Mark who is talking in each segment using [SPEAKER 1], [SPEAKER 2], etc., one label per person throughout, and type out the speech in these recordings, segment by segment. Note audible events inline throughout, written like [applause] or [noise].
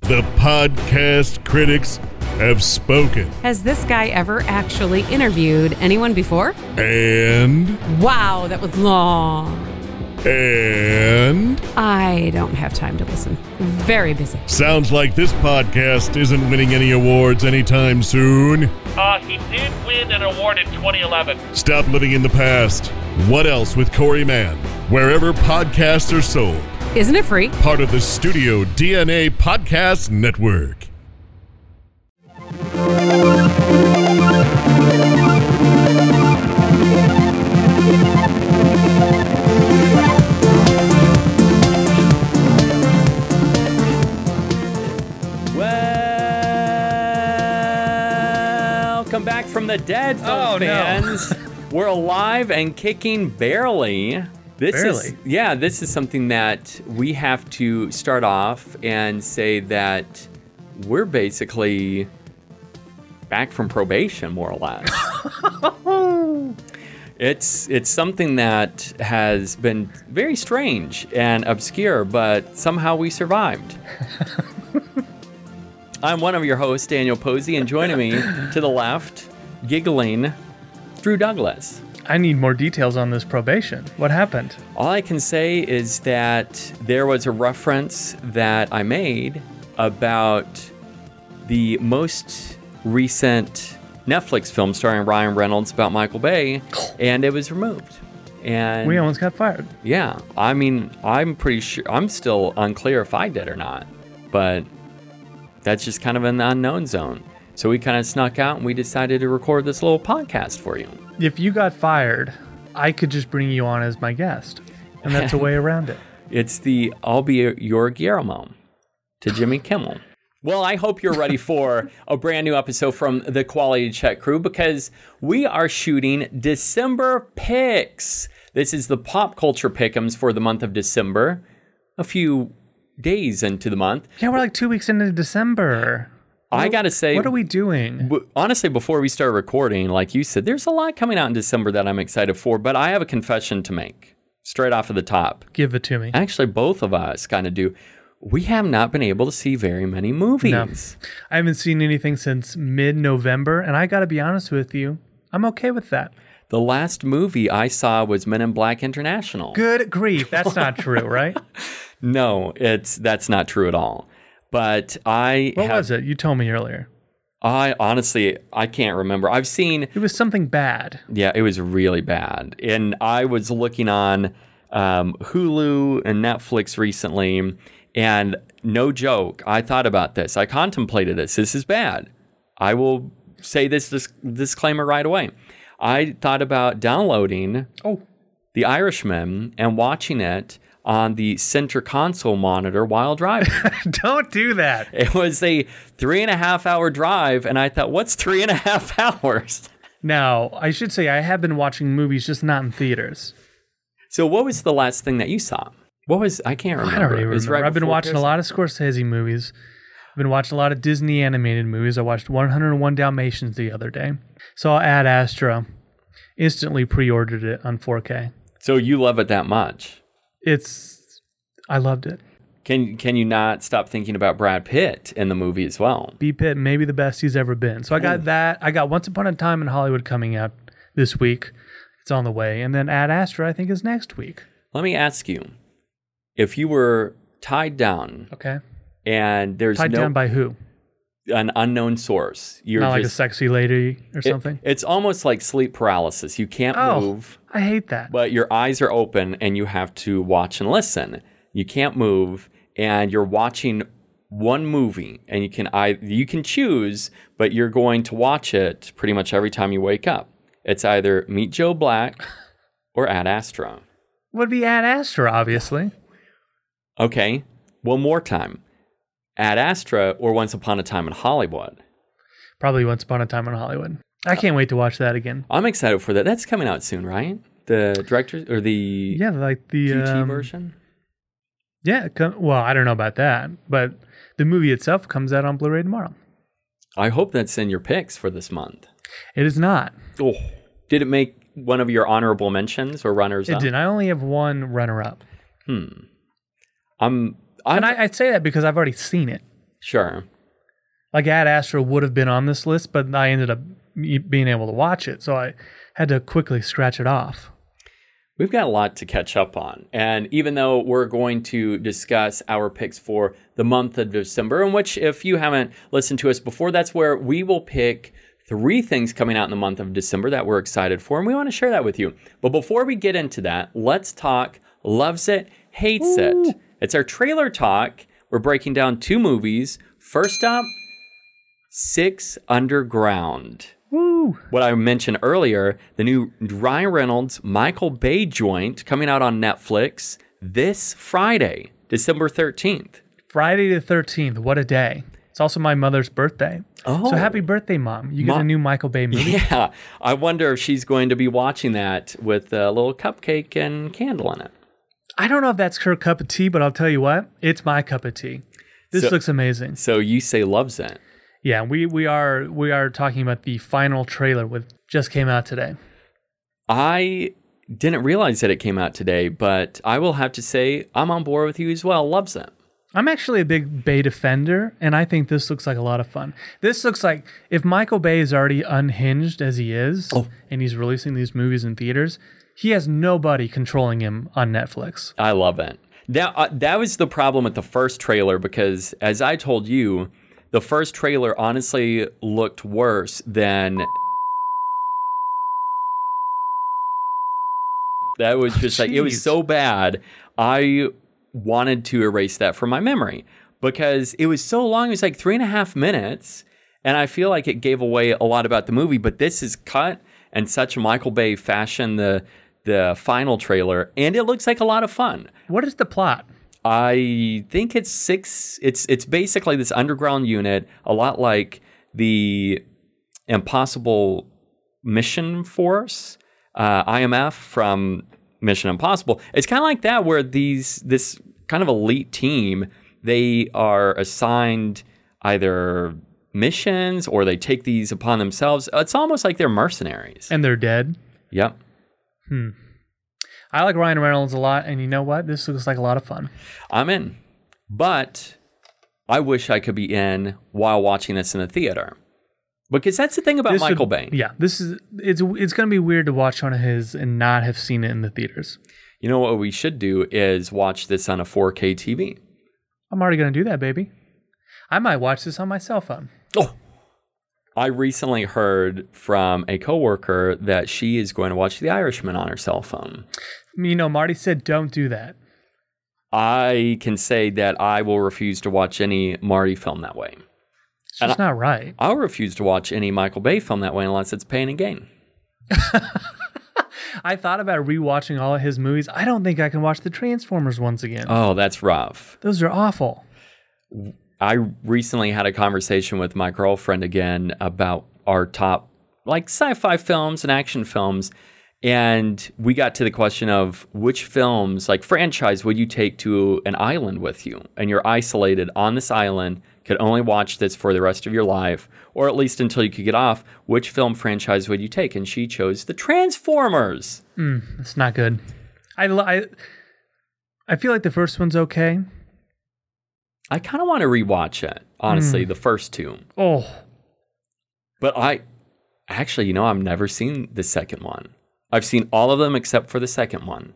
[SPEAKER 1] The podcast critics have spoken.
[SPEAKER 2] Has this guy ever actually interviewed anyone before?
[SPEAKER 1] And,
[SPEAKER 2] Wow, that was long.
[SPEAKER 1] and,
[SPEAKER 2] I don't have time to listen. Very busy.
[SPEAKER 1] sounds like this podcast isn't winning any awards anytime soon.
[SPEAKER 3] Uh, he did win an award in 2011.
[SPEAKER 1] Stop living in the past. What else with Corey Mann? Wherever podcasts are sold,
[SPEAKER 2] Isn't it free?
[SPEAKER 1] part of the Studio DNA Podcast Network.
[SPEAKER 4] Welcome back from the dead, film
[SPEAKER 5] Oh, no.
[SPEAKER 4] fans.
[SPEAKER 5] [laughs]
[SPEAKER 4] We're alive and kicking barely. This is
[SPEAKER 5] Barely?
[SPEAKER 4] yeah, this is something that we have to start off and say that we're basically back from probation, more or
[SPEAKER 5] [laughs]
[SPEAKER 4] less. It's it's something that has been very strange and obscure, but somehow we survived. I'm one of your hosts, Daniel Posey, and joining me to the left, giggling, Drew Douglas.
[SPEAKER 5] I need more details on this probation. What happened?
[SPEAKER 4] All I can say is that there was a reference that I made about the most recent Netflix film starring Ryan Reynolds about Michael Bay, and it was removed. And
[SPEAKER 5] We almost got fired.
[SPEAKER 4] yeah, I mean, I'm pretty sure I'm still unclear if I did or not, but that's just kind of an unknown zone. So we kind of snuck out and we decided to record this little podcast for you.
[SPEAKER 5] If you got fired, I could just bring you on as my guest, and that's a way around it.
[SPEAKER 4] It's the I'll be your Guillermo to Jimmy Kimmel. Well, I hope you're [laughs] ready for a brand new episode from the Quality Check crew because we are shooting December picks. This is the pop culture pickums for the month of December, a few days into the month.
[SPEAKER 5] Yeah, we're like two weeks into December.
[SPEAKER 4] I gotta say,
[SPEAKER 5] What are we doing?
[SPEAKER 4] w- honestly, before we start recording, like you said, there's a lot coming out in December that I'm excited for, but I have a confession to make straight off of the top.
[SPEAKER 5] Give it
[SPEAKER 4] [laughs]
[SPEAKER 5] to me.
[SPEAKER 4] Actually, both of us kind of do. We have not been able to see very many movies.
[SPEAKER 5] I haven't seen anything since mid November, and I gotta be honest with you, I'm okay with that.
[SPEAKER 4] The last movie I saw was Men in Black International.
[SPEAKER 5] Good grief, that's not true, right?
[SPEAKER 4] No, it's that's not true at all. But I
[SPEAKER 5] What
[SPEAKER 4] have-
[SPEAKER 5] was it? You told me earlier.
[SPEAKER 4] I honestly I can't remember. I've seen
[SPEAKER 5] It was something bad.
[SPEAKER 4] Yeah, it was really bad. And I was looking on um, Hulu and Netflix recently, and no joke, I thought about this. I contemplated this. This is bad. I will say this, this disclaimer right away. I thought about downloading
[SPEAKER 5] Oh,
[SPEAKER 4] The Irishman and watching it on the center console monitor while driving.
[SPEAKER 5] [laughs] don't do that.
[SPEAKER 4] it was a three and a half hour drive, and I thought, what's three and a half [laughs] hours?
[SPEAKER 5] Now, I should say I have been watching movies, just not in theaters.
[SPEAKER 4] So what was the last thing that you saw? What was I can't remember.
[SPEAKER 5] I don't even
[SPEAKER 4] It was
[SPEAKER 5] remember.
[SPEAKER 4] right
[SPEAKER 5] I've been
[SPEAKER 4] before
[SPEAKER 5] watching
[SPEAKER 4] Christmas.
[SPEAKER 5] a lot of Scorsese movies. I've been watching a lot of Disney animated movies. I watched 101 Dalmatians the other day. Saw Ad Astra. Instantly pre-ordered it on 4K.
[SPEAKER 4] So you love it that much?
[SPEAKER 5] It's I loved it.
[SPEAKER 4] Can can you not stop thinking about Brad Pitt in the movie as well?
[SPEAKER 5] B Pitt maybe the best he's ever been. So I got that. I got Once Upon a Time in Hollywood coming out this week. It's on the way, and then Ad Astra I think is next week.
[SPEAKER 4] Let me ask you: If you were tied down
[SPEAKER 5] Okay.
[SPEAKER 4] and there's
[SPEAKER 5] Tied
[SPEAKER 4] no
[SPEAKER 5] down by who?
[SPEAKER 4] an unknown source, you're
[SPEAKER 5] Not like a
[SPEAKER 4] just
[SPEAKER 5] sexy lady or
[SPEAKER 4] it-
[SPEAKER 5] something.
[SPEAKER 4] it's almost like sleep paralysis. You can't
[SPEAKER 5] Oh.
[SPEAKER 4] move,
[SPEAKER 5] I hate that.
[SPEAKER 4] but your eyes are open and you have to watch and listen. You can't move, and you're watching one movie and you can I you can choose, but you're going to watch it pretty much every time you wake up. It's either Meet Joe Black or Ad Astra.
[SPEAKER 5] Would be Ad Astra, obviously.
[SPEAKER 4] Okay, one more time. Ad Astra or Once Upon a Time in Hollywood.
[SPEAKER 5] Probably Once Upon a Time in Hollywood. I can't wait to watch that again.
[SPEAKER 4] I'm excited for that. That's coming out soon, right? The director or the
[SPEAKER 5] Yeah, like the
[SPEAKER 4] QT
[SPEAKER 5] um,
[SPEAKER 4] version?
[SPEAKER 5] Yeah, it com- well, I don't know about that, but the movie itself comes out on Blu-ray tomorrow.
[SPEAKER 4] I hope that's in your picks for this month.
[SPEAKER 5] It is not.
[SPEAKER 4] Oh, did it make one of your honorable mentions or runners
[SPEAKER 5] It
[SPEAKER 4] up?
[SPEAKER 5] did. I only have one runner-up,
[SPEAKER 4] I'm, I'm
[SPEAKER 5] and I, I say that because I've already seen it.
[SPEAKER 4] Sure.
[SPEAKER 5] Like Ad Astra would have been on this list, but I ended up me- being able to watch it, so I had to quickly scratch it off.
[SPEAKER 4] We've got a lot to catch up on. And even though we're going to discuss our picks for the month of December, in which, if you haven't listened to us before, that's where we will pick three things coming out in the month of December that we're excited for. And we want to share that with you. But before we get into that, let's talk Loves It, Hates It. It's our trailer talk. We're breaking down two movies. First up, Six Underground what I mentioned earlier, the new Ryan Reynolds Michael Bay joint coming out on Netflix this Friday, December 13th.
[SPEAKER 5] Friday the 13th, what a day. It's also my mother's birthday.
[SPEAKER 4] Oh.
[SPEAKER 5] So happy birthday, Mom. You get
[SPEAKER 4] Ma-
[SPEAKER 5] a new Michael Bay
[SPEAKER 4] [laughs]
[SPEAKER 5] movie.
[SPEAKER 4] Yeah, I wonder if she's going to be watching that with a little cupcake and candle in it.
[SPEAKER 5] I don't know if that's her cup of tea, but I'll tell you what, it's my cup of tea. This
[SPEAKER 4] So-
[SPEAKER 5] looks amazing.
[SPEAKER 4] So you say loves it.
[SPEAKER 5] Yeah, we, we are we are talking about the final trailer with just came out today.
[SPEAKER 4] I didn't realize that it came out today, but I will have to say I'm on board with you as well. Loves it.
[SPEAKER 5] I'm actually a big Bay defender, and I think this looks like a lot of fun. This looks like if Michael Bay is already unhinged as he is, and he's releasing these movies in theaters, he has nobody controlling him on Netflix.
[SPEAKER 4] I love it. Now uh, that was the problem with the first trailer because, as I told you, the first trailer honestly looked worse than. That was just like it
[SPEAKER 5] Jeez.
[SPEAKER 4] was so bad. I wanted to erase that from my memory because it was so long. It was like three and a half minutes, and I feel like it gave away a lot about the movie. But this is cut in such Michael Bay fashion. The the final trailer, and it looks like a lot of fun.
[SPEAKER 5] What is the plot?
[SPEAKER 4] I think it's six. It's it's basically this underground unit, a lot like the Impossible Mission Force, uh, IMF from Mission Impossible. It's kind of like that, where these this kind of elite team they are assigned either missions or they take these upon themselves. It's almost like they're mercenaries.
[SPEAKER 5] And they're dead.
[SPEAKER 4] Yep.
[SPEAKER 5] I like Ryan Reynolds a lot, and you know what? This looks like a lot of fun.
[SPEAKER 4] I'm in. But I wish I could be in while watching this in the theater. Because that's the thing about
[SPEAKER 5] This would-
[SPEAKER 4] Michael Bay.
[SPEAKER 5] Yeah, this is it's it's gonna be weird to watch one of his and not have seen it in the theaters.
[SPEAKER 4] You know what we should do is watch this on a 4K TV.
[SPEAKER 5] I'm already gonna do that, baby. I might watch this on my cell phone.
[SPEAKER 4] Oh. I recently heard from a coworker that she is going to watch The Irishman on her cell phone.
[SPEAKER 5] You know, Marty said don't do that.
[SPEAKER 4] I can say that I will refuse to watch any Marty film that way.
[SPEAKER 5] It's just not right.
[SPEAKER 4] I'll refuse to watch any Michael Bay film that way unless it's pain and gain.
[SPEAKER 5] I thought about rewatching all of his movies. I don't think I can watch the Transformers once again.
[SPEAKER 4] Oh, that's rough.
[SPEAKER 5] Those are awful.
[SPEAKER 4] I recently had a conversation with my girlfriend again about our top like sci-fi films and action films and we got to the question of which films like franchise would you take to an island with you and you're isolated on this island could only watch this for the rest of your life or at least until you could get off which film franchise would you take and she chose the transformers
[SPEAKER 5] Mm, It's not good. I lo- I, I feel like the first one's okay.
[SPEAKER 4] i kind of want to rewatch it honestly the first two
[SPEAKER 5] Oh,
[SPEAKER 4] But I actually, you know, I've never seen the second one. I've seen all of them except for the second one.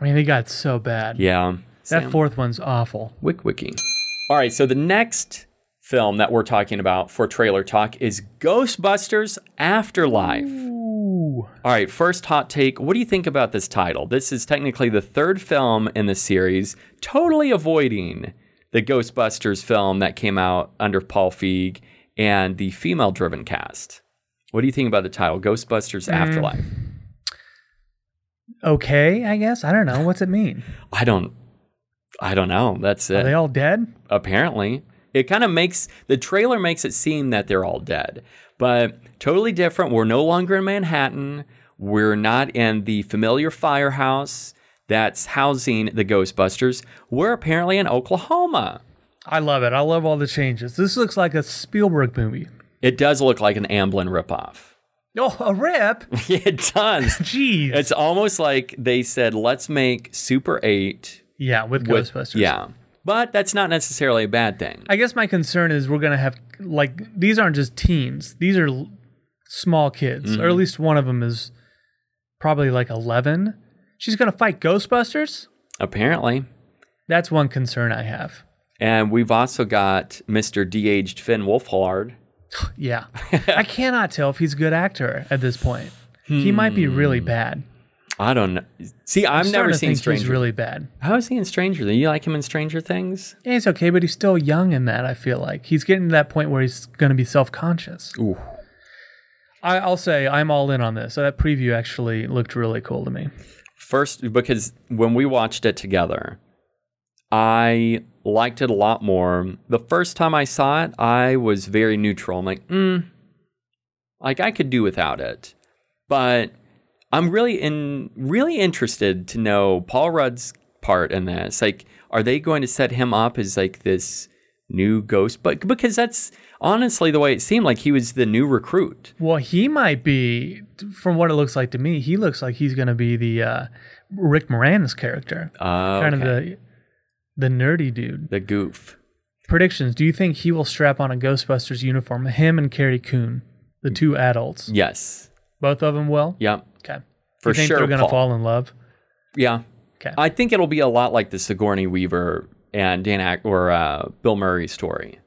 [SPEAKER 5] I mean, they got so bad.
[SPEAKER 4] Yeah.
[SPEAKER 5] that
[SPEAKER 4] Sam
[SPEAKER 5] fourth one's awful.
[SPEAKER 4] Wick Wiki. All right. So the next film that we're talking about for trailer talk is Ghostbusters Afterlife.
[SPEAKER 5] Ooh.
[SPEAKER 4] All right, first hot take. What do you think about this title? This is technically the third film in the series, totally avoiding the Ghostbusters film that came out under Paul Feig and the female driven cast. What do you think about the title, Ghostbusters Afterlife?
[SPEAKER 5] Okay, I guess. I don't know. What's it mean?
[SPEAKER 4] I don't I don't know. That's
[SPEAKER 5] Are
[SPEAKER 4] it.
[SPEAKER 5] they all dead?
[SPEAKER 4] apparently. It kind of makes the trailer makes it seem that they're all dead, but totally different. We're no longer in Manhattan. We're not in the familiar firehouse that's housing the Ghostbusters. We're apparently in Oklahoma.
[SPEAKER 5] I love it. I love all the changes. This looks like a Spielberg movie.
[SPEAKER 4] It does look like an Amblin ripoff. [laughs]
[SPEAKER 5] Oh, a rip.
[SPEAKER 4] it does.
[SPEAKER 5] Jeez.
[SPEAKER 4] It's almost like they said, let's make Super 8
[SPEAKER 5] yeah, with,
[SPEAKER 4] with-
[SPEAKER 5] Ghostbusters.
[SPEAKER 4] Yeah. But that's not necessarily a bad thing.
[SPEAKER 5] I guess my concern is we're gonna have like these aren't just teens; these are l- small kids, or at
[SPEAKER 4] Mm-hmm.
[SPEAKER 5] least one of them is probably like eleven. She's gonna fight Ghostbusters.
[SPEAKER 4] Apparently.
[SPEAKER 5] That's one concern I have.
[SPEAKER 4] And we've also got Mr. De-aged Finn Wolfhard. [laughs]
[SPEAKER 5] Yeah, I cannot tell if he's a good actor at this point. He might be really bad.
[SPEAKER 4] I don't know. See, Hmm. I've never
[SPEAKER 5] I'm starting to
[SPEAKER 4] seen
[SPEAKER 5] think
[SPEAKER 4] Stranger.
[SPEAKER 5] He's really bad.
[SPEAKER 4] How is he in Stranger? Things? You like him in Stranger Things?
[SPEAKER 5] Yeah, he's okay, but he's still young in that. I feel like he's getting to that point where he's going to be self-conscious.
[SPEAKER 4] Ooh.
[SPEAKER 5] I, I'll say I'm all in on this. So that preview actually looked really cool to me.
[SPEAKER 4] First, because when we watched it together, I liked it a lot more. The first time I saw it, I was very neutral. I'm like, mm, like I could do without it, but I'm really in really interested to know Paul Rudd's part in this. Like, are they going to set him up as like this new ghost? But because that's honestly the way it seemed. Like he was the new recruit.
[SPEAKER 5] Well, he might be, from what it looks like to me, he looks like he's going to be the uh, Rick Moranis character,
[SPEAKER 4] Uh,
[SPEAKER 5] kind
[SPEAKER 4] okay.
[SPEAKER 5] of the the nerdy dude.
[SPEAKER 4] the goof.
[SPEAKER 5] Predictions: Do you think he will strap on a Ghostbusters uniform? Him and Carrie Coon, the two adults,
[SPEAKER 4] Yes.
[SPEAKER 5] both of them will.
[SPEAKER 4] Yep.
[SPEAKER 5] Okay.
[SPEAKER 4] For
[SPEAKER 5] you think
[SPEAKER 4] sure,
[SPEAKER 5] they're going to
[SPEAKER 4] Paul.
[SPEAKER 5] fall in love.
[SPEAKER 4] Yeah.
[SPEAKER 5] Okay.
[SPEAKER 4] I think it'll be a lot like the Sigourney Weaver and Dan Ack or uh, Bill Murray story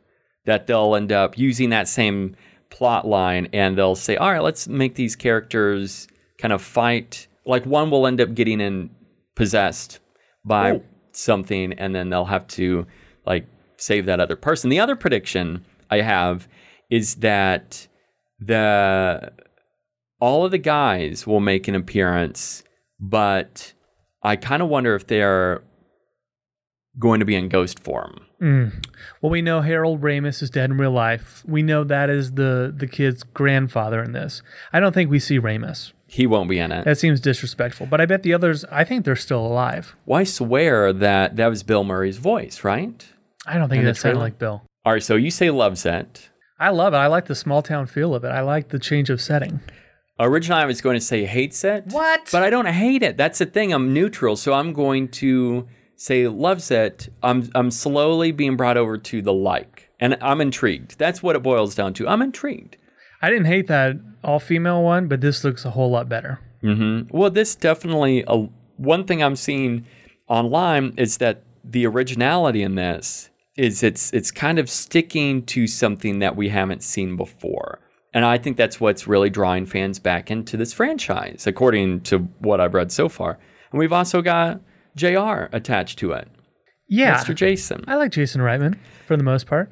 [SPEAKER 4] that they'll end up using that same plot line and they'll say, all right, let's make these characters kind of fight. Like one will end up getting in possessed by something and then they'll have to like save that other person. The other prediction I have is that the all of the guys will make an appearance, but I kind of wonder if they're going to be in ghost form.
[SPEAKER 5] Mm. Well, we know Harold Ramis is dead in real life. We know that is the the kid's grandfather in this. I don't think we see Ramis.
[SPEAKER 4] He won't be in it.
[SPEAKER 5] That seems disrespectful. But I bet the others. I think they're still alive.
[SPEAKER 4] Why swear that that was Bill Murray's voice, right?
[SPEAKER 5] I don't think
[SPEAKER 4] And the
[SPEAKER 5] that sounded
[SPEAKER 4] trailer?
[SPEAKER 5] like Bill.
[SPEAKER 4] All right, so you say love set.
[SPEAKER 5] I love it. I like the small town feel of it. I like the change of setting.
[SPEAKER 4] Originally, I was going to say hate set.
[SPEAKER 5] What?
[SPEAKER 4] But I don't hate it. That's the thing. I'm neutral, so I'm going to say love set. I'm I'm slowly being brought over to the like, and I'm intrigued. That's what it boils down to. I'm intrigued.
[SPEAKER 5] I didn't hate that all female one, but this looks a whole lot better.
[SPEAKER 4] Well, this definitely uh, one thing I'm seeing online is that the originality in this is it's it's kind of sticking to something that we haven't seen before. And I think that's what's really drawing fans back into this franchise, according to what I've read so far. And we've also got JR attached to it,
[SPEAKER 5] Yeah,
[SPEAKER 4] Mr. Jason.
[SPEAKER 5] I like Jason Reitman for the most part.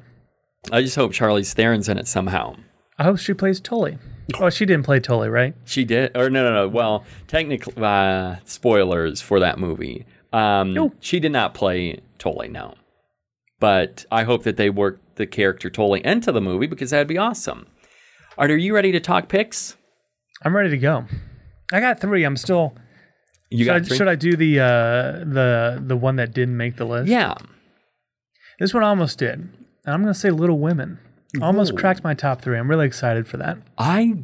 [SPEAKER 4] I just hope Charlie Theron's in it somehow.
[SPEAKER 5] I hope she plays Tully. Oh, she didn't play Tully, right?
[SPEAKER 4] She did, or no, no, no. Well, technically, uh, spoilers for that movie. Um,
[SPEAKER 5] No.
[SPEAKER 4] She did not play Tolly, no. But I hope that they work the character Tolly into the movie because that'd be awesome. Art, are you ready to talk picks?
[SPEAKER 5] I'm ready to go. I got three. I'm still.
[SPEAKER 4] You
[SPEAKER 5] Should I,
[SPEAKER 4] three?
[SPEAKER 5] should I do the uh, the the one that didn't make the list?
[SPEAKER 4] Yeah.
[SPEAKER 5] This one almost did. And I'm gonna say Little Women. Almost cracked my top three. I'm really excited for that.
[SPEAKER 4] I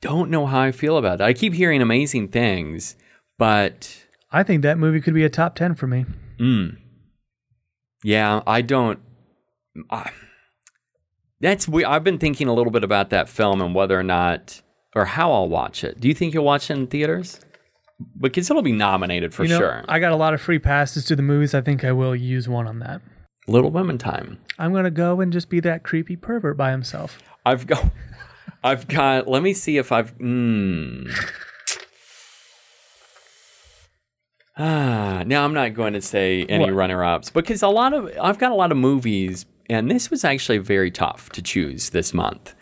[SPEAKER 4] don't know how I feel about it. I keep hearing amazing things, but
[SPEAKER 5] I think that movie could be a top ten for me.
[SPEAKER 4] Yeah, I don't. I, that's we. I've been thinking a little bit about that film and whether or not or how I'll watch it. Do you think you'll watch it in theaters? Because it'll be nominated for
[SPEAKER 5] you know,
[SPEAKER 4] sure.
[SPEAKER 5] I got a lot of free passes to the movies. I think I will use one on that.
[SPEAKER 4] little Women time.
[SPEAKER 5] I'm gonna go and just be that creepy pervert by himself.
[SPEAKER 4] I've got. I've got. Let me see if I've. Mm. Ah, now I'm not going to say any
[SPEAKER 5] What?
[SPEAKER 4] runner-ups because a lot of I've got a lot of movies, and this was actually very tough to choose this month.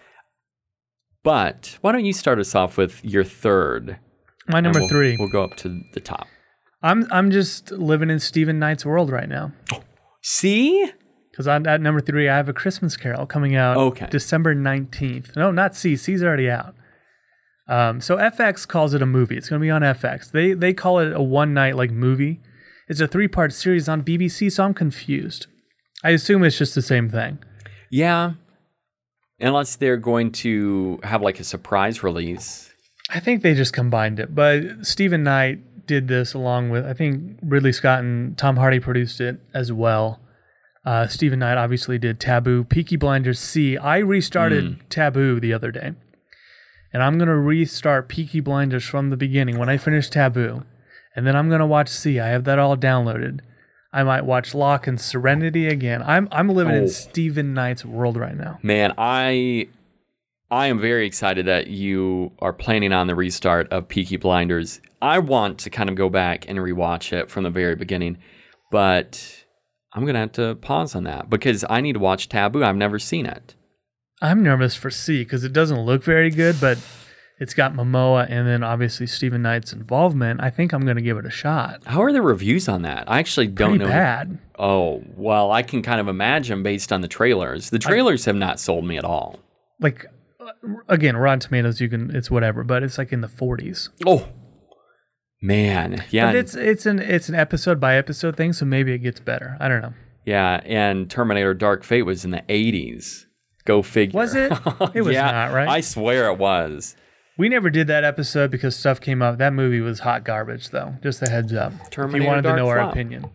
[SPEAKER 4] But why don't you start us off with your third?
[SPEAKER 5] My
[SPEAKER 4] and
[SPEAKER 5] number
[SPEAKER 4] we'll-
[SPEAKER 5] three.
[SPEAKER 4] We'll go up to the top.
[SPEAKER 5] I'm I'm just living in Stephen Knight's world right now.
[SPEAKER 4] See,
[SPEAKER 5] Because at number three, I have a Christmas Carol coming out
[SPEAKER 4] Okay.
[SPEAKER 5] December 19th. No, not C. C's already out. Um, so FX calls it a movie. It's going to be on FX. They they call it a one night like movie. It's a three part series on BBC, so I'm confused. I assume it's just the same thing.
[SPEAKER 4] yeah. Unless they're going to have like a surprise release.
[SPEAKER 5] I think they just combined it. But Stephen Knight did this along with I think Ridley Scott and Tom Hardy produced it as well. Uh, Stephen Knight obviously did Taboo, Peaky Blinders C. I restarted Taboo the other day, and I'm gonna restart Peaky Blinders from the beginning when I finish Taboo, and then I'm gonna watch C. I have that all downloaded. I might watch Locke and Serenity again. I'm I'm living
[SPEAKER 4] Oh.
[SPEAKER 5] in Stephen Knight's world right now.
[SPEAKER 4] Man, I I am very excited that you are planning on the restart of Peaky Blinders. I want to kind of go back and rewatch it from the very beginning, but I'm gonna have to pause on that because I need to watch Taboo. I've never seen it.
[SPEAKER 5] I'm nervous for C because it doesn't look very good, but it's got Momoa and then obviously Stephen Knight's involvement. I think I'm going to give it a shot.
[SPEAKER 4] How are the reviews on that? I actually don't
[SPEAKER 5] Pretty
[SPEAKER 4] know.
[SPEAKER 5] bad.
[SPEAKER 4] Oh, well, I can kind of imagine based on the trailers. The trailers have not sold me at all.
[SPEAKER 5] Like uh, again, Rotten Tomatoes, you can it's whatever, but it's like in the 40s.
[SPEAKER 4] Oh, man. Yeah.
[SPEAKER 5] But
[SPEAKER 4] and-
[SPEAKER 5] it's it's an it's an episode by episode thing, so maybe it gets better. I don't know.
[SPEAKER 4] Yeah, and Terminator Dark Fate was in the 80s. Go figure. [laughs]
[SPEAKER 5] Was it? It was
[SPEAKER 4] yeah,
[SPEAKER 5] not, right?
[SPEAKER 4] I swear it was.
[SPEAKER 5] We never did that episode because stuff came up. That movie was hot garbage, though. Just a heads up. if
[SPEAKER 4] Terminator
[SPEAKER 5] you wanted
[SPEAKER 4] Dark
[SPEAKER 5] to know our
[SPEAKER 4] Flop.
[SPEAKER 5] opinion,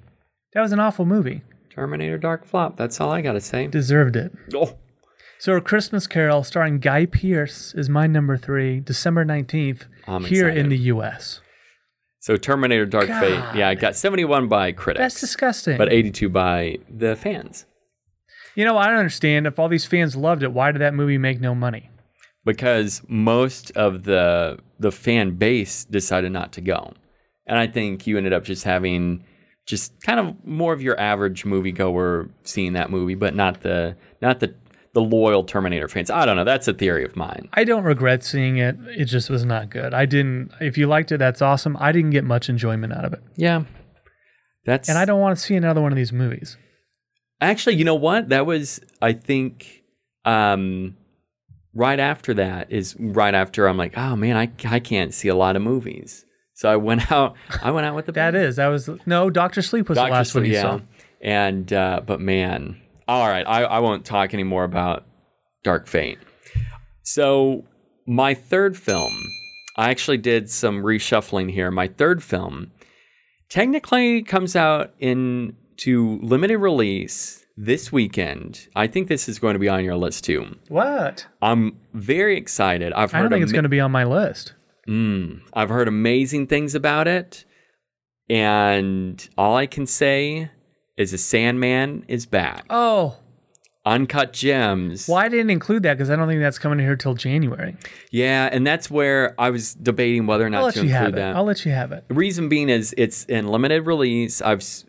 [SPEAKER 5] that was an awful movie.
[SPEAKER 4] Terminator Dark Flop. That's all I got to say.
[SPEAKER 5] Deserved it.
[SPEAKER 4] Oh,
[SPEAKER 5] So, A Christmas Carol starring Guy Pearce is my number three, December 19th,
[SPEAKER 4] I'm
[SPEAKER 5] here
[SPEAKER 4] excited.
[SPEAKER 5] in the US.
[SPEAKER 4] so Terminator Dark Fate. Yeah, it got 71 by
[SPEAKER 5] That's
[SPEAKER 4] critics,
[SPEAKER 5] disgusting.
[SPEAKER 4] but 82 by the fans
[SPEAKER 5] you know, I don't understand. If all these fans loved it, why did that movie make no money?
[SPEAKER 4] because most of the the fan base decided not to go. And I think you ended up just having just kind of more of your average moviegoer seeing that movie, but not the not the the loyal Terminator fans. I don't know. That's a theory of mine.
[SPEAKER 5] I don't regret seeing it. It just was not good. I didn't, if you liked it, that's awesome. I didn't get much enjoyment out of it.
[SPEAKER 4] Yeah. That's
[SPEAKER 5] And I don't want to see another one of these movies.
[SPEAKER 4] actually, you know what? That was I think um right after that is right after I'm like, oh man, I I can't see a lot of movies. So I went [laughs] out I went out with the
[SPEAKER 5] That is, that was, no, Dr. Sleep was the last one you saw.
[SPEAKER 4] And uh but man, all right, I, I won't talk anymore about Dark Fate. So my third film, I actually did some reshuffling here. My third film technically comes out in to limited release this weekend. I think this is going to be on your list too.
[SPEAKER 5] What?
[SPEAKER 4] I'm very excited. I've
[SPEAKER 5] I
[SPEAKER 4] heard
[SPEAKER 5] don't think it's
[SPEAKER 4] ama-
[SPEAKER 5] going to be on my list.
[SPEAKER 4] Mm, I've heard amazing things about it. And all I can say is the Sandman is back.
[SPEAKER 5] Oh,
[SPEAKER 4] Uncut Gems.
[SPEAKER 5] why didn't include that? Because I don't think that's coming here till January.
[SPEAKER 4] Yeah, and that's where I was debating whether or not
[SPEAKER 5] I'll let
[SPEAKER 4] to
[SPEAKER 5] you
[SPEAKER 4] include
[SPEAKER 5] have it.
[SPEAKER 4] that.
[SPEAKER 5] I'll let you have it.
[SPEAKER 4] The reason being is it's in limited release. I've s-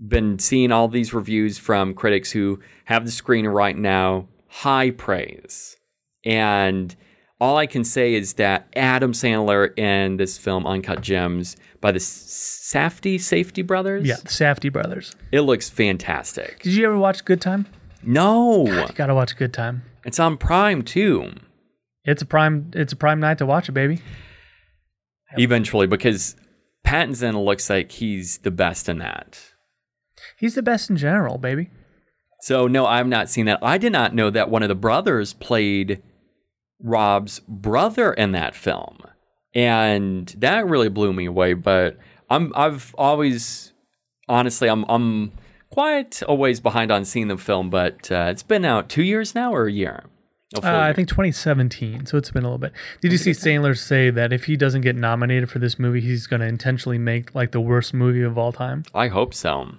[SPEAKER 4] been seeing all these reviews from critics who have the screen right now, high praise. And all I can say is that Adam Sandler in this film, Uncut Gems, by the S- Safdie Safety Brothers,
[SPEAKER 5] Yeah, the Safety brothers.
[SPEAKER 4] it looks fantastic.
[SPEAKER 5] Did you ever watch Good Time?
[SPEAKER 4] No,
[SPEAKER 5] You gotta watch Good Time.
[SPEAKER 4] it's on Prime too.
[SPEAKER 5] It's a prime. It's a prime night to watch it, baby.
[SPEAKER 4] Eventually, because Pattinson looks like he's the best in that.
[SPEAKER 5] He's the best in general, baby.
[SPEAKER 4] So no, I've not seen that. I did not know that one of the brothers played Rob's brother in that film, and that really blew me away. But I'm I've always honestly I'm I'm quite a ways behind on seeing the film, but uh, it's been out two years now or a year. A full
[SPEAKER 5] Uh, I
[SPEAKER 4] year.
[SPEAKER 5] think 2017. So it's been a little bit. Did you see Sandler say that if he doesn't get nominated for this movie, he's gonna intentionally make like the worst movie of all time?
[SPEAKER 4] I hope so.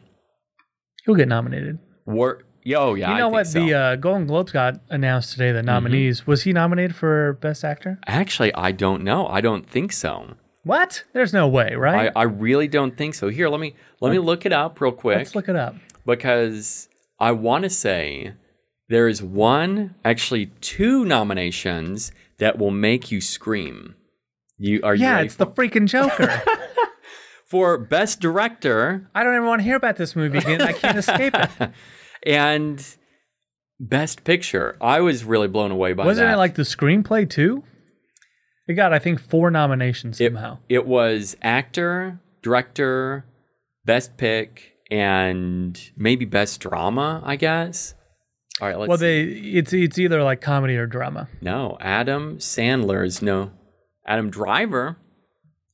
[SPEAKER 5] He'll get nominated.
[SPEAKER 4] War. Yo, yeah.
[SPEAKER 5] You
[SPEAKER 4] I
[SPEAKER 5] know
[SPEAKER 4] think
[SPEAKER 5] what?
[SPEAKER 4] so. Mm-hmm.
[SPEAKER 5] The uh, Golden Globes got announced today. The nominees. Was he nominated for Best Actor?
[SPEAKER 4] actually, I don't know. I don't think so.
[SPEAKER 5] What? There's no way,
[SPEAKER 4] I,
[SPEAKER 5] right?
[SPEAKER 4] I really don't think so. Here, let me let me look it up real quick.
[SPEAKER 5] Let's look it up.
[SPEAKER 4] because I want to say there is one, actually two nominations that will make you scream. You are you
[SPEAKER 5] Yeah,
[SPEAKER 4] ready
[SPEAKER 5] it's the
[SPEAKER 4] [laughs]
[SPEAKER 5] freaking Joker.
[SPEAKER 4] for best director
[SPEAKER 5] I don't even want to hear about this movie again.
[SPEAKER 4] [laughs]
[SPEAKER 5] I can't escape it.
[SPEAKER 4] and best picture. I was really blown away by
[SPEAKER 5] Wasn't
[SPEAKER 4] that.
[SPEAKER 5] it like the screenplay too? It got, I think, four nominations
[SPEAKER 4] it,
[SPEAKER 5] somehow.
[SPEAKER 4] it was actor, director, best pick, and maybe best drama. I guess. All right, let's.
[SPEAKER 5] well,
[SPEAKER 4] see.
[SPEAKER 5] they it's it's either like comedy or drama.
[SPEAKER 4] No, Adam Sandler's no. Adam Driver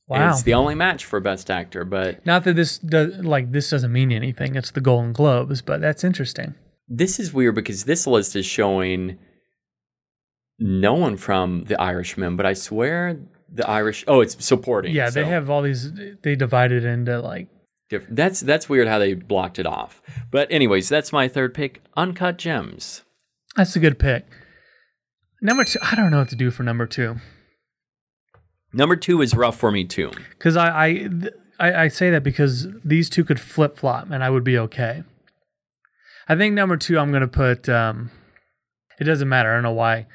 [SPEAKER 5] Wow.
[SPEAKER 4] It's the only match for Best Actor, but
[SPEAKER 5] Not that this does like this doesn't mean anything. It's the Golden Globes, but that's interesting.
[SPEAKER 4] this is weird because this list is showing no one from The Irishman, but I swear The Irish. Oh, it's supporting.
[SPEAKER 5] Yeah,
[SPEAKER 4] so
[SPEAKER 5] they have all these. They divide it into like
[SPEAKER 4] diff- that's that's weird how they blocked it off. But anyways, that's my third pick, Uncut Gems.
[SPEAKER 5] that's a good pick. Number two, I don't know what to do for number two
[SPEAKER 4] Number two is rough for me too.
[SPEAKER 5] because I I, th- I I say that because these two could flip flop and I would be okay. I think number two, I'm gonna put. Um, it doesn't matter. I don't know why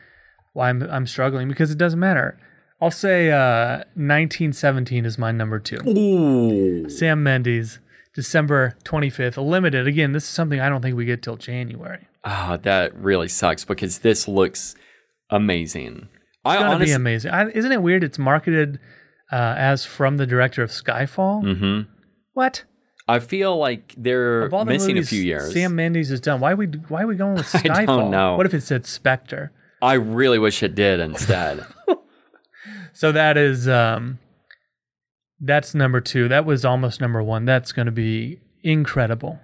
[SPEAKER 5] why I'm I'm struggling because it doesn't matter. I'll say uh, 1917 is my number two.
[SPEAKER 4] Ooh.
[SPEAKER 5] Sam Mendes, December 25th, limited. Again, this is something I don't think we get till January.
[SPEAKER 4] Ah, that really sucks because this looks amazing.
[SPEAKER 5] It's
[SPEAKER 4] I
[SPEAKER 5] gonna be
[SPEAKER 4] honestly,
[SPEAKER 5] amazing. I, isn't it weird? It's marketed uh, as from the director of Skyfall.
[SPEAKER 4] Mhm.
[SPEAKER 5] What?
[SPEAKER 4] I feel like they're
[SPEAKER 5] Of all the
[SPEAKER 4] missing a
[SPEAKER 5] movies
[SPEAKER 4] few years.
[SPEAKER 5] Sam Mendes has done. Why we why are we going
[SPEAKER 4] [laughs]
[SPEAKER 5] with
[SPEAKER 4] I
[SPEAKER 5] Skyfall?
[SPEAKER 4] don't know.
[SPEAKER 5] What if it said Spectre?
[SPEAKER 4] I really wish it did instead.
[SPEAKER 5] So that is um, that's number two. That was almost number one. That's going to be incredible.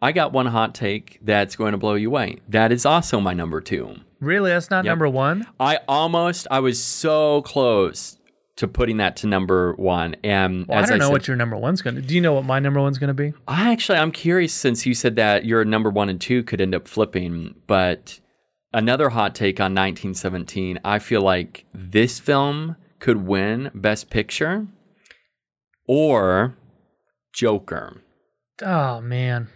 [SPEAKER 4] I got one hot take that's going to blow you away. That is also my number two.
[SPEAKER 5] Really, that's not
[SPEAKER 4] Yep.
[SPEAKER 5] number one.
[SPEAKER 4] I almost, I was so close to putting that to number one. And
[SPEAKER 5] Well,
[SPEAKER 4] as
[SPEAKER 5] I don't know
[SPEAKER 4] said,
[SPEAKER 5] what your number one's going to. Do you know what my number one's going to be?
[SPEAKER 4] I actually, I'm curious since you said that your number one and two could end up flipping, but another hot take on 1917. I feel like this film could win Best Picture or Joker.
[SPEAKER 5] Oh man.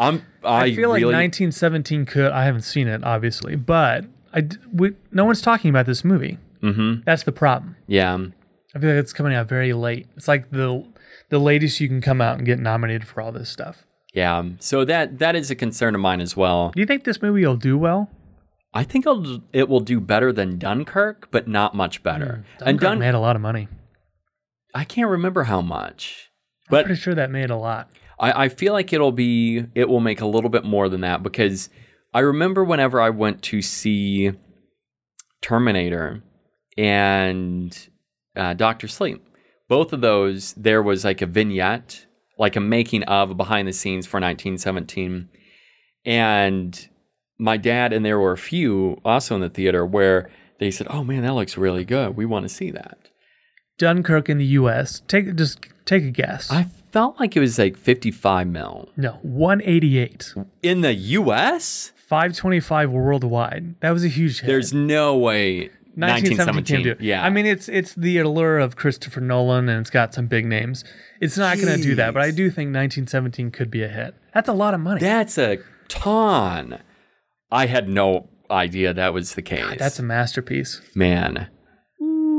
[SPEAKER 4] I'm. I,
[SPEAKER 5] I, feel
[SPEAKER 4] really,
[SPEAKER 5] like 1917 could. I haven't seen it, obviously, but I d- we, no one's talking about this movie.
[SPEAKER 4] Mhm.
[SPEAKER 5] That's the problem.
[SPEAKER 4] Yeah.
[SPEAKER 5] I feel like it's coming out very late. It's like the the latest you can come out and get nominated for all this stuff.
[SPEAKER 4] Yeah. So that that is a concern of mine as well.
[SPEAKER 5] Do you think this movie will do well?
[SPEAKER 4] I think it'll, it will do better than Dunkirk, but not much better. and
[SPEAKER 5] Mm. Dunkirk
[SPEAKER 4] Dun,
[SPEAKER 5] made a lot of money.
[SPEAKER 4] I can't remember how much,
[SPEAKER 5] I'm
[SPEAKER 4] but
[SPEAKER 5] pretty sure that made a lot.
[SPEAKER 4] I, I feel like it'll be it will make a little bit more than that because I remember whenever I went to see Terminator and uh, Doctor Sleep, both of those there was like a vignette, like a making of a behind the scenes for 1917, and my dad and there were a few also in the theater where they said, "Oh man, that looks really good. We want to see that."
[SPEAKER 5] Dunkirk in the U.S. Take just take a guess.
[SPEAKER 4] I felt like it was like 55 mil
[SPEAKER 5] no, 188,
[SPEAKER 4] in the U.S.
[SPEAKER 5] 525 worldwide. That was a huge hit.
[SPEAKER 4] There's no way
[SPEAKER 5] 1917
[SPEAKER 4] 1917.
[SPEAKER 5] can do it.
[SPEAKER 4] Yeah.
[SPEAKER 5] I mean, it's it's the allure of Christopher Nolan, and it's got some big names. It's not going to do that, but I do think 1917 could be a hit. That's a lot of money.
[SPEAKER 4] that's a ton. I had no idea that was the case.
[SPEAKER 5] That's a masterpiece.
[SPEAKER 4] man.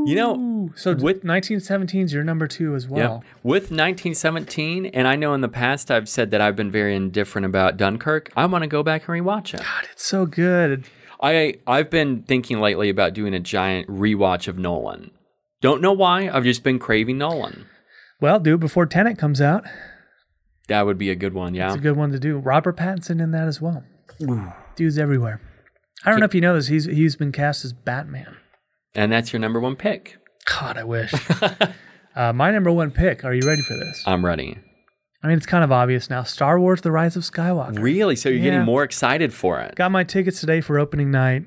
[SPEAKER 4] You know,
[SPEAKER 5] Ooh, so with 1917's your number two as
[SPEAKER 4] yeah,
[SPEAKER 5] well.
[SPEAKER 4] with 1917, and I know in the past I've said that I've been very indifferent about Dunkirk. I want to go back and rewatch it.
[SPEAKER 5] God, it's so good.
[SPEAKER 4] I I've been thinking lately about doing a giant rewatch of Nolan. Don't know why. I've just been craving Nolan.
[SPEAKER 5] Well, do it before Tenet comes out.
[SPEAKER 4] That would be a good one. Yeah.
[SPEAKER 5] It's a good one to do. Robert Pattinson in that as well. Dudes everywhere. I don't know if you know this. He's he's been cast as Batman.
[SPEAKER 4] and that's your number one pick.
[SPEAKER 5] God,
[SPEAKER 4] [laughs]
[SPEAKER 5] I wish. uh, my number one pick. Are you ready for this?
[SPEAKER 4] I'm ready.
[SPEAKER 5] I mean, it's kind of obvious now. Star Wars: The Rise of Skywalker.
[SPEAKER 4] Really? So you're
[SPEAKER 5] Yeah.
[SPEAKER 4] getting more excited for it?
[SPEAKER 5] Got my tickets today for opening night.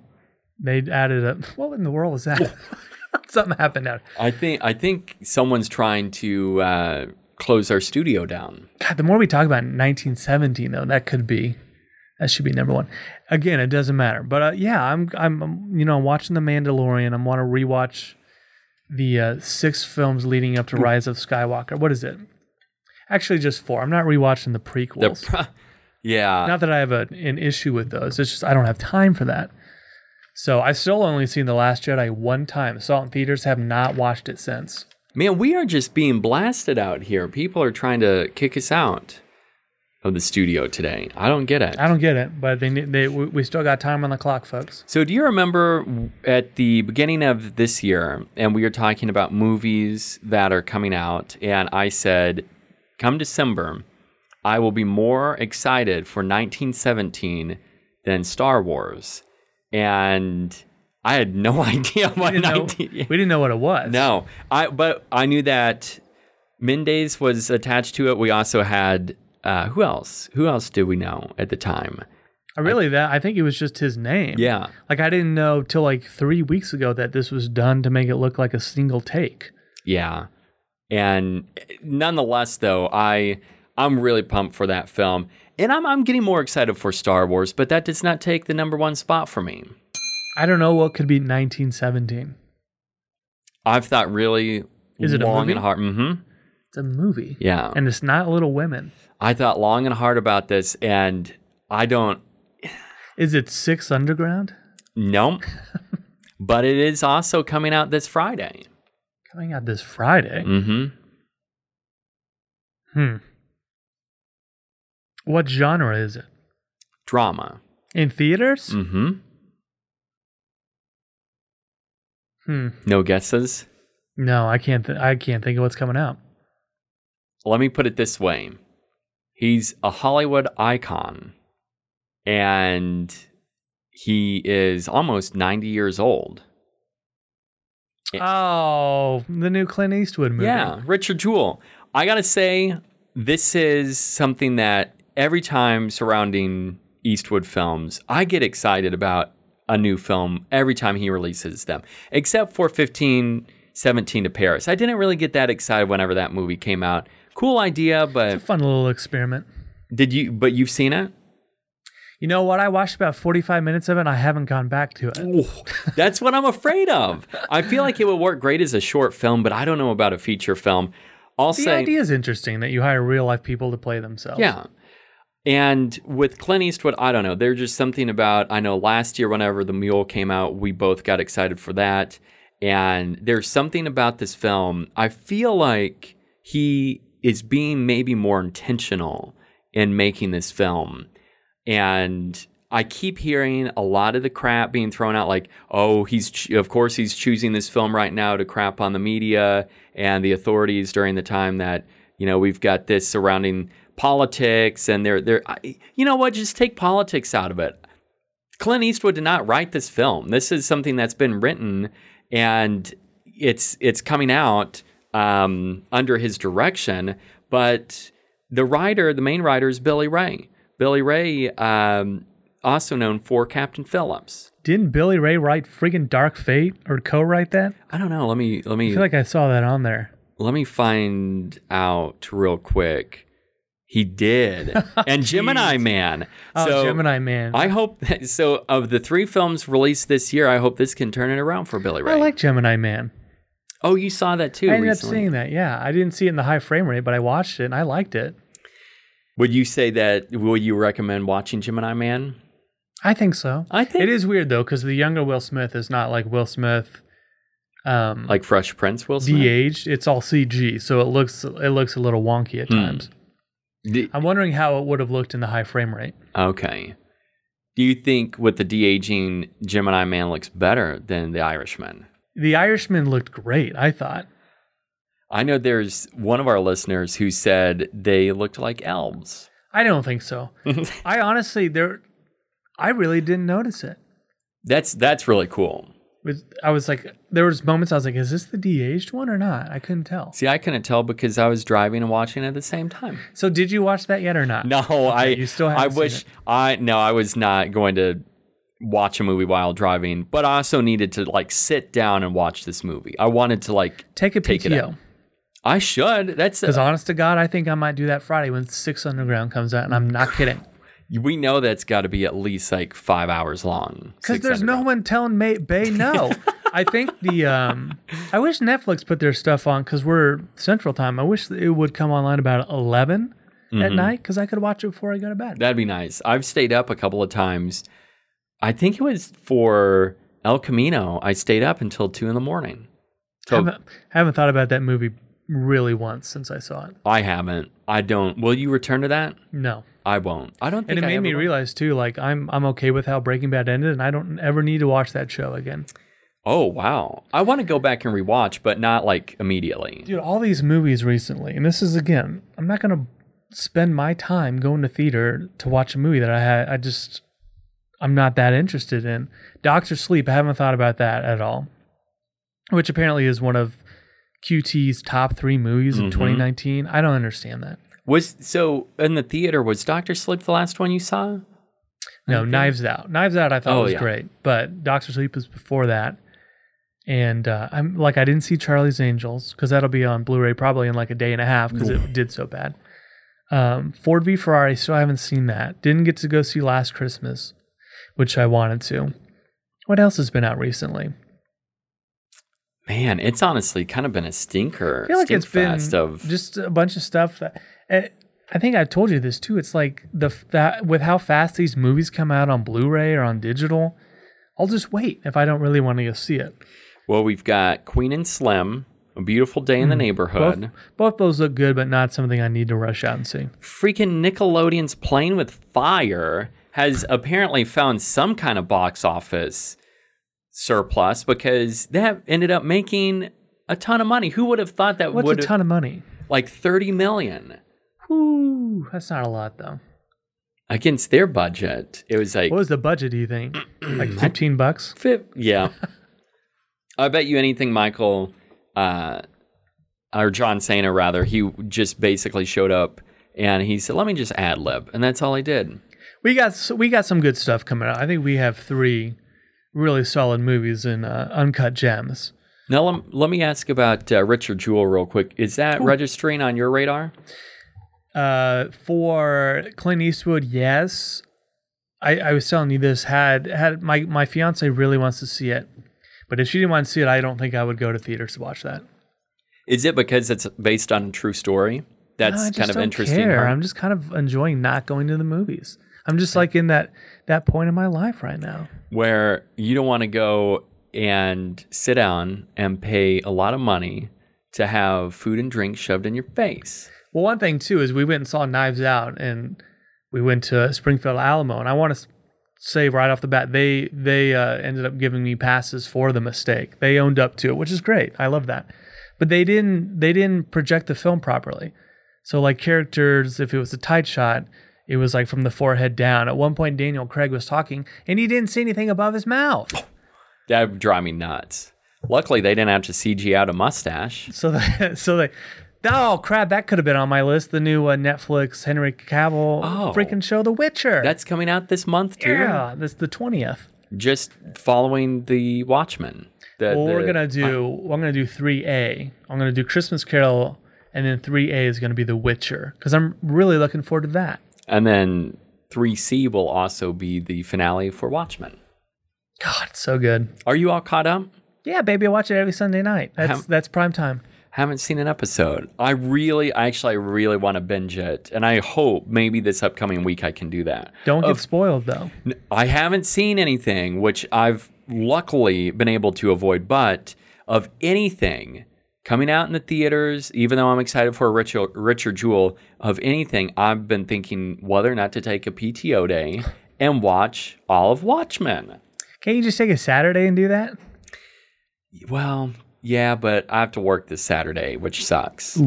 [SPEAKER 5] They added a. What in the world was
[SPEAKER 4] [laughs]
[SPEAKER 5] that? [laughs] Something happened out.
[SPEAKER 4] I think I think someone's trying to uh, close our studio down.
[SPEAKER 5] God, the more we talk about 1917, though, that could be, that should be number one. Again, it doesn't matter. But uh, yeah, I'm, I'm, I'm- you know, I'm watching The Mandalorian. I want to rewatch the uh, six films leading up to Rise of Skywalker. What is it? Actually, just four. I'm not rewatching the
[SPEAKER 4] The
[SPEAKER 5] prequels.
[SPEAKER 4] pro- yeah,
[SPEAKER 5] not that I have a, an issue with those. It's just I don't have time for that. So I still only seen The Last Jedi one time. Saw it in theaters. Have not watched it since.
[SPEAKER 4] man, we are just being blasted out here. People are trying to kick us out of the studio today. I don't get it.
[SPEAKER 5] I don't get it, but they, they we we still got time on the clock, folks.
[SPEAKER 4] So, do you remember at the beginning of this year, and we were talking about movies that are coming out, and I said, come December, I will be more excited for 1917 than Star Wars. And I had no [laughs] idea what
[SPEAKER 5] We didn't, know,
[SPEAKER 4] 19
[SPEAKER 5] we didn't know what it was.
[SPEAKER 4] No, I but I knew that Mendes was attached to it. We also had uh, who else? Who else did we know at the time?
[SPEAKER 5] I really that I think it was just his name.
[SPEAKER 4] Yeah.
[SPEAKER 5] Like I didn't know till like three weeks ago that this was done to make it look like a single take.
[SPEAKER 4] Yeah. And nonetheless though, I I'm really pumped for that film. And I'm I'm getting more excited for Star Wars, but that does not take the number one spot for me.
[SPEAKER 5] I don't know what could be 1917.
[SPEAKER 4] I've thought really
[SPEAKER 5] Is it a
[SPEAKER 4] long
[SPEAKER 5] movie?
[SPEAKER 4] and hard. Mm-hmm.
[SPEAKER 5] It's a movie.
[SPEAKER 4] Yeah.
[SPEAKER 5] And it's not Little Women.
[SPEAKER 4] I thought long and hard about this, and I don't
[SPEAKER 5] Is it Six Underground
[SPEAKER 4] know.
[SPEAKER 5] [laughs]
[SPEAKER 4] but it is also coming out this Friday.
[SPEAKER 5] coming out this Friday?
[SPEAKER 4] Mm-hmm. Mm.
[SPEAKER 5] Hmm. What genre is it?
[SPEAKER 4] drama.
[SPEAKER 5] In theaters?
[SPEAKER 4] Mm-hmm.
[SPEAKER 5] Hmm.
[SPEAKER 4] No guesses.
[SPEAKER 5] No, I can't. Th- I can't think of what's coming out.
[SPEAKER 4] Let me put it this way: He's a Hollywood icon, and he is almost ninety years old.
[SPEAKER 5] Oh, the new Clint Eastwood movie.
[SPEAKER 4] Yeah, Richard Jewell. I gotta say, this is something that every time surrounding Eastwood films, I get excited about a new film every time he releases them, except for 15, 17 to Paris. I didn't really get that excited whenever that movie came out. Cool idea,
[SPEAKER 5] It's a
[SPEAKER 4] but
[SPEAKER 5] fun little experiment.
[SPEAKER 4] did you? But you've seen it.
[SPEAKER 5] You know what? I watched about 45 minutes of it. and I haven't gone back to it.
[SPEAKER 4] Ooh, that's what I'm afraid of. I feel like it would work great as a short film, but I don't know about a feature film. I'll
[SPEAKER 5] The
[SPEAKER 4] say
[SPEAKER 5] idea is interesting that you hire real life people to play themselves.
[SPEAKER 4] Yeah. And with Clint Eastwood, I don't know. There's just something about, I know last year, whenever The Mule came out, we both got excited for that. And there's something about this film. I feel like he is being maybe more intentional in making this film. And I keep hearing a lot of the crap being thrown out like, oh, he's, ch- of course, he's choosing this film right now to crap on the media and the authorities during the time that, you know, we've got this surrounding politics and they're, they're, I, you know what, just take politics out of it. Clint Eastwood did not write this film. This is something that's been written, and it's it's coming out um, under his direction. But the writer, the main writer, is Billy Ray. Billy Ray, um, also known for Captain Phillips.
[SPEAKER 5] Didn't Billy Ray write friggin' Dark Fate or co-write that?
[SPEAKER 4] I don't know. Let me let
[SPEAKER 5] I
[SPEAKER 4] me
[SPEAKER 5] feel like I saw that on there.
[SPEAKER 4] let me find out real quick. He
[SPEAKER 5] [laughs]
[SPEAKER 4] did, and Gemini Man.
[SPEAKER 5] Oh,
[SPEAKER 4] So
[SPEAKER 5] Gemini Man.
[SPEAKER 4] I hope that, so. Of the three films released this year, I hope this can turn it around for Billy Ray.
[SPEAKER 5] I like Gemini Man.
[SPEAKER 4] Oh, you saw that too
[SPEAKER 5] I ended
[SPEAKER 4] recently.
[SPEAKER 5] up seeing that. Yeah, I didn't see it in the high frame rate, but I watched it and I liked it.
[SPEAKER 4] Would you say that? Will you recommend watching Gemini Man?
[SPEAKER 5] I think so.
[SPEAKER 4] I think-
[SPEAKER 5] it is weird though because the younger Will Smith is not like Will Smith, um,
[SPEAKER 4] Like Fresh Prince will Smith?
[SPEAKER 5] de-aged. It's all CG, so it looks it looks a little wonky
[SPEAKER 4] Hmm.
[SPEAKER 5] at times.
[SPEAKER 4] D-
[SPEAKER 5] I'm wondering how it would have looked in the high frame rate.
[SPEAKER 4] okay. Do you think with the de aging, Gemini Man looks better than The Irishman?
[SPEAKER 5] The Irishman looked great. I thought.
[SPEAKER 4] I know there's one of our listeners who said they looked like elves.
[SPEAKER 5] I don't
[SPEAKER 4] [laughs]
[SPEAKER 5] think so. I honestly there, I really didn't notice it.
[SPEAKER 4] That's that's really cool.
[SPEAKER 5] Was- I was like, there was moments I was like, is this the de-aged one or not? I couldn't tell.
[SPEAKER 4] See, I couldn't tell because I was driving and watching at the same time.
[SPEAKER 5] So did you watch that yet or not?
[SPEAKER 4] [laughs]
[SPEAKER 5] [laughs]
[SPEAKER 4] No, I
[SPEAKER 5] you still
[SPEAKER 4] I
[SPEAKER 5] haven't seen
[SPEAKER 4] wish
[SPEAKER 5] it.
[SPEAKER 4] I no, I was not going to watch a movie while driving, but I also needed to like sit down and watch this movie. I wanted to like
[SPEAKER 5] Take a
[SPEAKER 4] Take it out.
[SPEAKER 5] PTO.
[SPEAKER 4] I should. That's
[SPEAKER 5] Because honest to God, I think I might do that Friday when Six Underground comes out, and I'm
[SPEAKER 4] [laughs]
[SPEAKER 5] not kidding.
[SPEAKER 4] we know that's got to be at least like five hours long.
[SPEAKER 5] Because
[SPEAKER 4] six
[SPEAKER 5] there's no
[SPEAKER 4] underground.
[SPEAKER 5] one telling May
[SPEAKER 4] [laughs]
[SPEAKER 5] Bay no. I think the um, I wish Netflix put their stuff on because we're Central Time. I wish it would come online about 11 at
[SPEAKER 4] Mm-hmm.
[SPEAKER 5] night because I could watch it before I go to bed.
[SPEAKER 4] That'd be nice. I've stayed up a couple of times. I think it was for El Camino. I stayed up until two in the morning. So
[SPEAKER 5] haven't, haven't thought about that movie really once since I saw it.
[SPEAKER 4] I haven't. I don't. Will you return to that?
[SPEAKER 5] No,
[SPEAKER 4] I won't. I don't think.
[SPEAKER 5] and it
[SPEAKER 4] I
[SPEAKER 5] made
[SPEAKER 4] ever
[SPEAKER 5] me
[SPEAKER 4] will.
[SPEAKER 5] realize too, like I'm I'm okay with how Breaking Bad ended, and I don't ever need to watch that show again.
[SPEAKER 4] Oh wow! I want to go back and rewatch, but not like immediately.
[SPEAKER 5] Dude, all these movies recently, and this is again, I'm not gonna spend my time going to theater to watch a movie that I had. I just I'm not that interested in. Doctor Sleep, I haven't thought about that at all, which apparently is one of QT's top three movies of 2019. I don't understand that.
[SPEAKER 4] Was so in the theater? Was Doctor Sleep the last one you saw?
[SPEAKER 5] No, Knives Out. Knives Out, I thought
[SPEAKER 4] Oh,
[SPEAKER 5] was
[SPEAKER 4] yeah.
[SPEAKER 5] great, but Doctor Sleep was before that. And uh, I'm like, I didn't see Charlie's Angels because that'll be on Blu-ray probably in like a day and a half because it did so bad. Um, Ford v Ferrari, still haven't seen that. Didn't get to go see Last Christmas, which I wanted to. What else has been out recently?
[SPEAKER 4] Man, it's honestly kind of been a stinker.
[SPEAKER 5] I feel like
[SPEAKER 4] stink
[SPEAKER 5] it's been
[SPEAKER 4] fest of
[SPEAKER 5] just a bunch of stuff that eh, I think I told you this too. It's like the f- that with how fast these movies come out on Blu-ray or on digital, I'll just wait if I don't really want to go see it.
[SPEAKER 4] well, we've got Queen and Slim, A Beautiful Day in the
[SPEAKER 5] Mm,
[SPEAKER 4] Neighborhood,
[SPEAKER 5] Both, both those look good, but not something I need to rush out and see.
[SPEAKER 4] freaking Nickelodeon's Playing with Fire has apparently found some kind of box office surplus because that ended up making a ton of money. Who would have thought that
[SPEAKER 5] What's
[SPEAKER 4] would
[SPEAKER 5] a ton of money?
[SPEAKER 4] like 30 million
[SPEAKER 5] Whew, that's not a lot though.
[SPEAKER 4] against their budget? It was like
[SPEAKER 5] What was the budget? Do you
[SPEAKER 4] [clears throat]
[SPEAKER 5] think like fifteen bucks?
[SPEAKER 4] Fif-
[SPEAKER 5] [laughs]
[SPEAKER 4] yeah. I bet you anything, Michael, uh, or John Cena, rather, he just basically showed up and he said, let me just ad lib. And that's all he did.
[SPEAKER 5] We got s- we got some good stuff coming out. I think we have three really solid movies in uh, Uncut Gems.
[SPEAKER 4] Now, lem- let me ask about uh, Richard Jewell real quick. Is that registering on your radar?
[SPEAKER 5] Uh, for Clint Eastwood, yes. I, I was telling you this had had my my fiance really wants to see it, but if she didn't want to see it, I don't think I would go to theaters to watch that.
[SPEAKER 4] Is it because it's based on a true story?
[SPEAKER 5] No,
[SPEAKER 4] That's
[SPEAKER 5] I
[SPEAKER 4] kind
[SPEAKER 5] just
[SPEAKER 4] of
[SPEAKER 5] don't
[SPEAKER 4] interesting.
[SPEAKER 5] care.
[SPEAKER 4] huh?
[SPEAKER 5] I'm just kind of enjoying not going to the movies. I'm just like in that that point in my life right now.
[SPEAKER 4] where you don't want to go and sit down and pay a lot of money to have food and drink shoved in your face.
[SPEAKER 5] Well, one thing too is we went and saw Knives Out, and we went to Springfield Alamo, and I want to say right off the bat they they uh, ended up giving me passes for the mistake. They owned up to it, which is great. I love that, but they didn't they didn't project the film properly. So like characters, if it was a tight shot. It was like from the forehead down. At one point, Daniel Craig was talking, and he didn't see anything above his mouth. [laughs]
[SPEAKER 4] That would drive me nuts. Luckily, they didn't have to CG out a mustache.
[SPEAKER 5] So [laughs] that, so they, oh crap, that could have been on my list. The new uh, Netflix Henry Cavill
[SPEAKER 4] Oh.
[SPEAKER 5] freaking show, The Witcher.
[SPEAKER 4] That's coming out this month too.
[SPEAKER 5] yeah, that's the twentieth.
[SPEAKER 4] Just following the Watchmen. The-
[SPEAKER 5] Well, we're
[SPEAKER 4] the-
[SPEAKER 5] gonna do. I'm gonna do three A. I'm gonna do Christmas Carol, and then three A is gonna be The Witcher because I'm really looking forward to that.
[SPEAKER 4] and then 3C will also be the finale for Watchmen.
[SPEAKER 5] God, it's so good.
[SPEAKER 4] Are you all caught up?
[SPEAKER 5] Yeah, baby, I watch it every Sunday night. That's
[SPEAKER 4] How-
[SPEAKER 5] that's prime time.
[SPEAKER 4] Haven't seen an episode. I really, actually, I really want to binge it, and I hope maybe this upcoming week I can do that.
[SPEAKER 5] Don't get
[SPEAKER 4] Of-
[SPEAKER 5] spoiled though.
[SPEAKER 4] N- I haven't seen anything, which I've luckily been able to avoid, but of anything coming out in the theaters, even though I'm excited for Richard, Richard Jewell, of anything, I've been thinking whether or not to take a PTO day and watch all of Watchmen.
[SPEAKER 5] Can't you just take a Saturday and do that?
[SPEAKER 4] Well, yeah, but I have to work this Saturday, which sucks.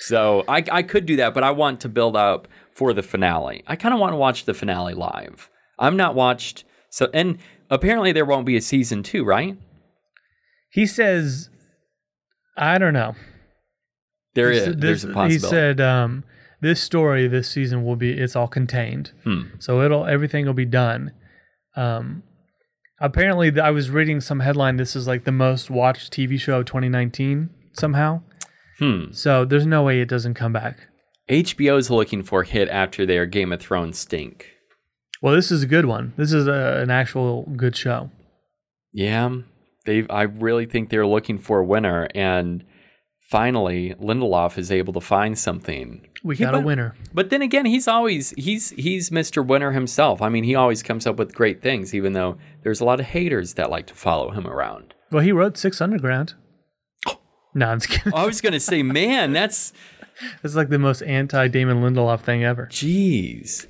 [SPEAKER 4] So I, I could do that, but I want to build up for the finale. I kind of want to watch the finale live. I'm not watched. So, and apparently there won't be a season two, right?
[SPEAKER 5] He says, I don't know.
[SPEAKER 4] There
[SPEAKER 5] He
[SPEAKER 4] is.
[SPEAKER 5] said
[SPEAKER 4] There's a
[SPEAKER 5] this-
[SPEAKER 4] possibility.
[SPEAKER 5] He said, um, "This story this season will be it's all contained,
[SPEAKER 4] Hmm.
[SPEAKER 5] so it'll everything will be done." Um, apparently, th- I was reading some headline. This is like the most watched TV show of 2019 somehow.
[SPEAKER 4] Hmm.
[SPEAKER 5] So there's no way it doesn't come back.
[SPEAKER 4] HBO's looking for a hit after their Game of Thrones stink.
[SPEAKER 5] Well, this is a good one. This is a, an actual good show.
[SPEAKER 4] Yeah, they. I really think they're looking for a winner, and finally Lindelof is able to find something
[SPEAKER 5] We
[SPEAKER 4] Yeah,
[SPEAKER 5] got a
[SPEAKER 4] but-
[SPEAKER 5] winner.
[SPEAKER 4] But then again, he's always he's he's Mr. Winner himself. I mean, he always comes up with great things, even though there's a lot of haters that like to follow him around.
[SPEAKER 5] Well, he wrote
[SPEAKER 4] [gasps]
[SPEAKER 5] Six Underground. No, I'm just kidding.
[SPEAKER 4] [laughs]
[SPEAKER 5] [laughs]
[SPEAKER 4] I was gonna say, man, that's
[SPEAKER 5] It's like the most anti Damon Lindelof thing ever.
[SPEAKER 4] jeez.
[SPEAKER 5] I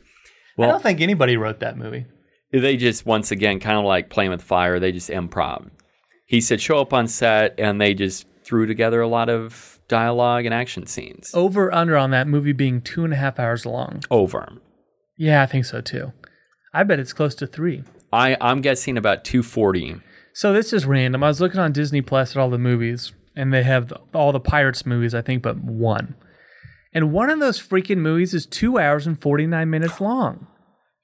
[SPEAKER 4] Well,
[SPEAKER 5] don't think anybody wrote that movie.
[SPEAKER 4] they just once again kind of like playing with fire. They just improv. He said, show up on set, and they just threw together a lot of dialogue and action scenes.
[SPEAKER 5] Oh. Over under on that movie being two and a half hours long.
[SPEAKER 4] Over.
[SPEAKER 5] Yeah, I think so too. I bet it's close to three.
[SPEAKER 4] I, I'm guessing about 240.
[SPEAKER 5] So this is random. I was looking on Disney Plus at all the movies, and they have the- all the Pirates movies, I think, but one. And one of those freaking movies is two hours and 49 minutes long.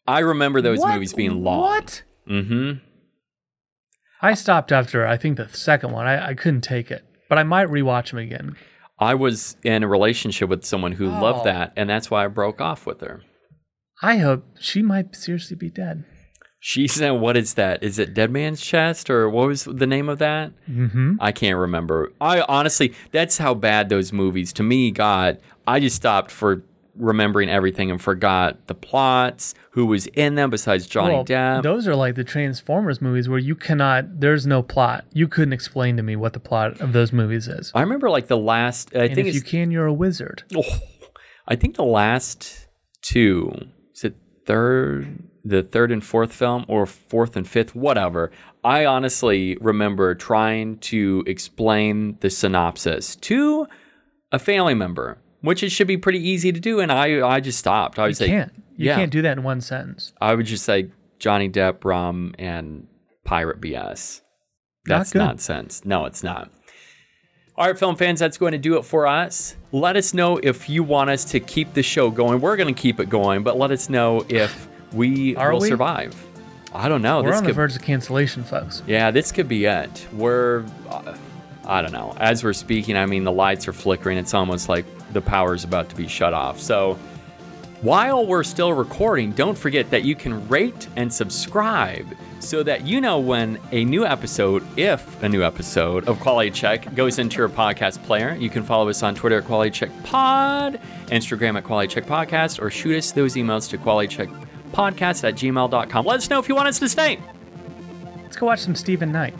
[SPEAKER 4] I remember those
[SPEAKER 5] What?
[SPEAKER 4] movies being long.
[SPEAKER 5] What?
[SPEAKER 4] Mm-hmm.
[SPEAKER 5] I stopped after, I think, the second one. I, I couldn't take it, but I might rewatch them again.
[SPEAKER 4] I was in a relationship with someone who
[SPEAKER 5] Oh.
[SPEAKER 4] loved that, and that's why I broke off with her.
[SPEAKER 5] I hope she might seriously be dead.
[SPEAKER 4] She [laughs] said, "What is that? Is it Dead Man's Chest or what was the name of that?" Mm-hmm. I can't remember. I honestly, that's how bad those movies to me got. I just stopped for remembering everything and forgot the plots, who was in them besides Johnny
[SPEAKER 5] Well,
[SPEAKER 4] Depp.
[SPEAKER 5] Those are like the Transformers movies where you cannot, there's no plot. You couldn't explain to me what the plot of those movies is.
[SPEAKER 4] I remember like the last. I
[SPEAKER 5] and
[SPEAKER 4] think
[SPEAKER 5] if you
[SPEAKER 4] it's,
[SPEAKER 5] can, you're a wizard.
[SPEAKER 4] I think the last two. Is it third? The third and fourth film, or fourth and fifth, whatever. I honestly remember trying to explain the synopsis to a family member, which it should be pretty easy to do, and I I just stopped. I
[SPEAKER 5] You
[SPEAKER 4] was like,
[SPEAKER 5] can't. You
[SPEAKER 4] yeah.
[SPEAKER 5] can't do that in one sentence.
[SPEAKER 4] I would just say Johnny Depp, rum, and pirate BS.
[SPEAKER 5] Not
[SPEAKER 4] That's
[SPEAKER 5] good.
[SPEAKER 4] nonsense. No, it's not. All right, film fans, that's going to do it for us. Let us know if you want us to keep the show going. We're going to keep it going, but let us know if we
[SPEAKER 5] Are
[SPEAKER 4] will
[SPEAKER 5] we?
[SPEAKER 4] survive. I don't know.
[SPEAKER 5] We're
[SPEAKER 4] this
[SPEAKER 5] on the
[SPEAKER 4] could,
[SPEAKER 5] verge of cancellation, folks.
[SPEAKER 4] yeah, this could be it. We're, uh, I don't know. As we're speaking, I mean, the lights are flickering. It's almost like the power's about to be shut off. So while we're still recording, don't forget that you can rate and subscribe so that you know when a new episode, if a new episode of Quality Check goes into your podcast player. You can follow us on Twitter at Quality Check Pod, Instagram at Quality Check Podcast, or shoot us those emails to qualitycheckpodcast at gmail.com. Let us know if you want us to stay.
[SPEAKER 5] Let's go watch some Stephen Knight.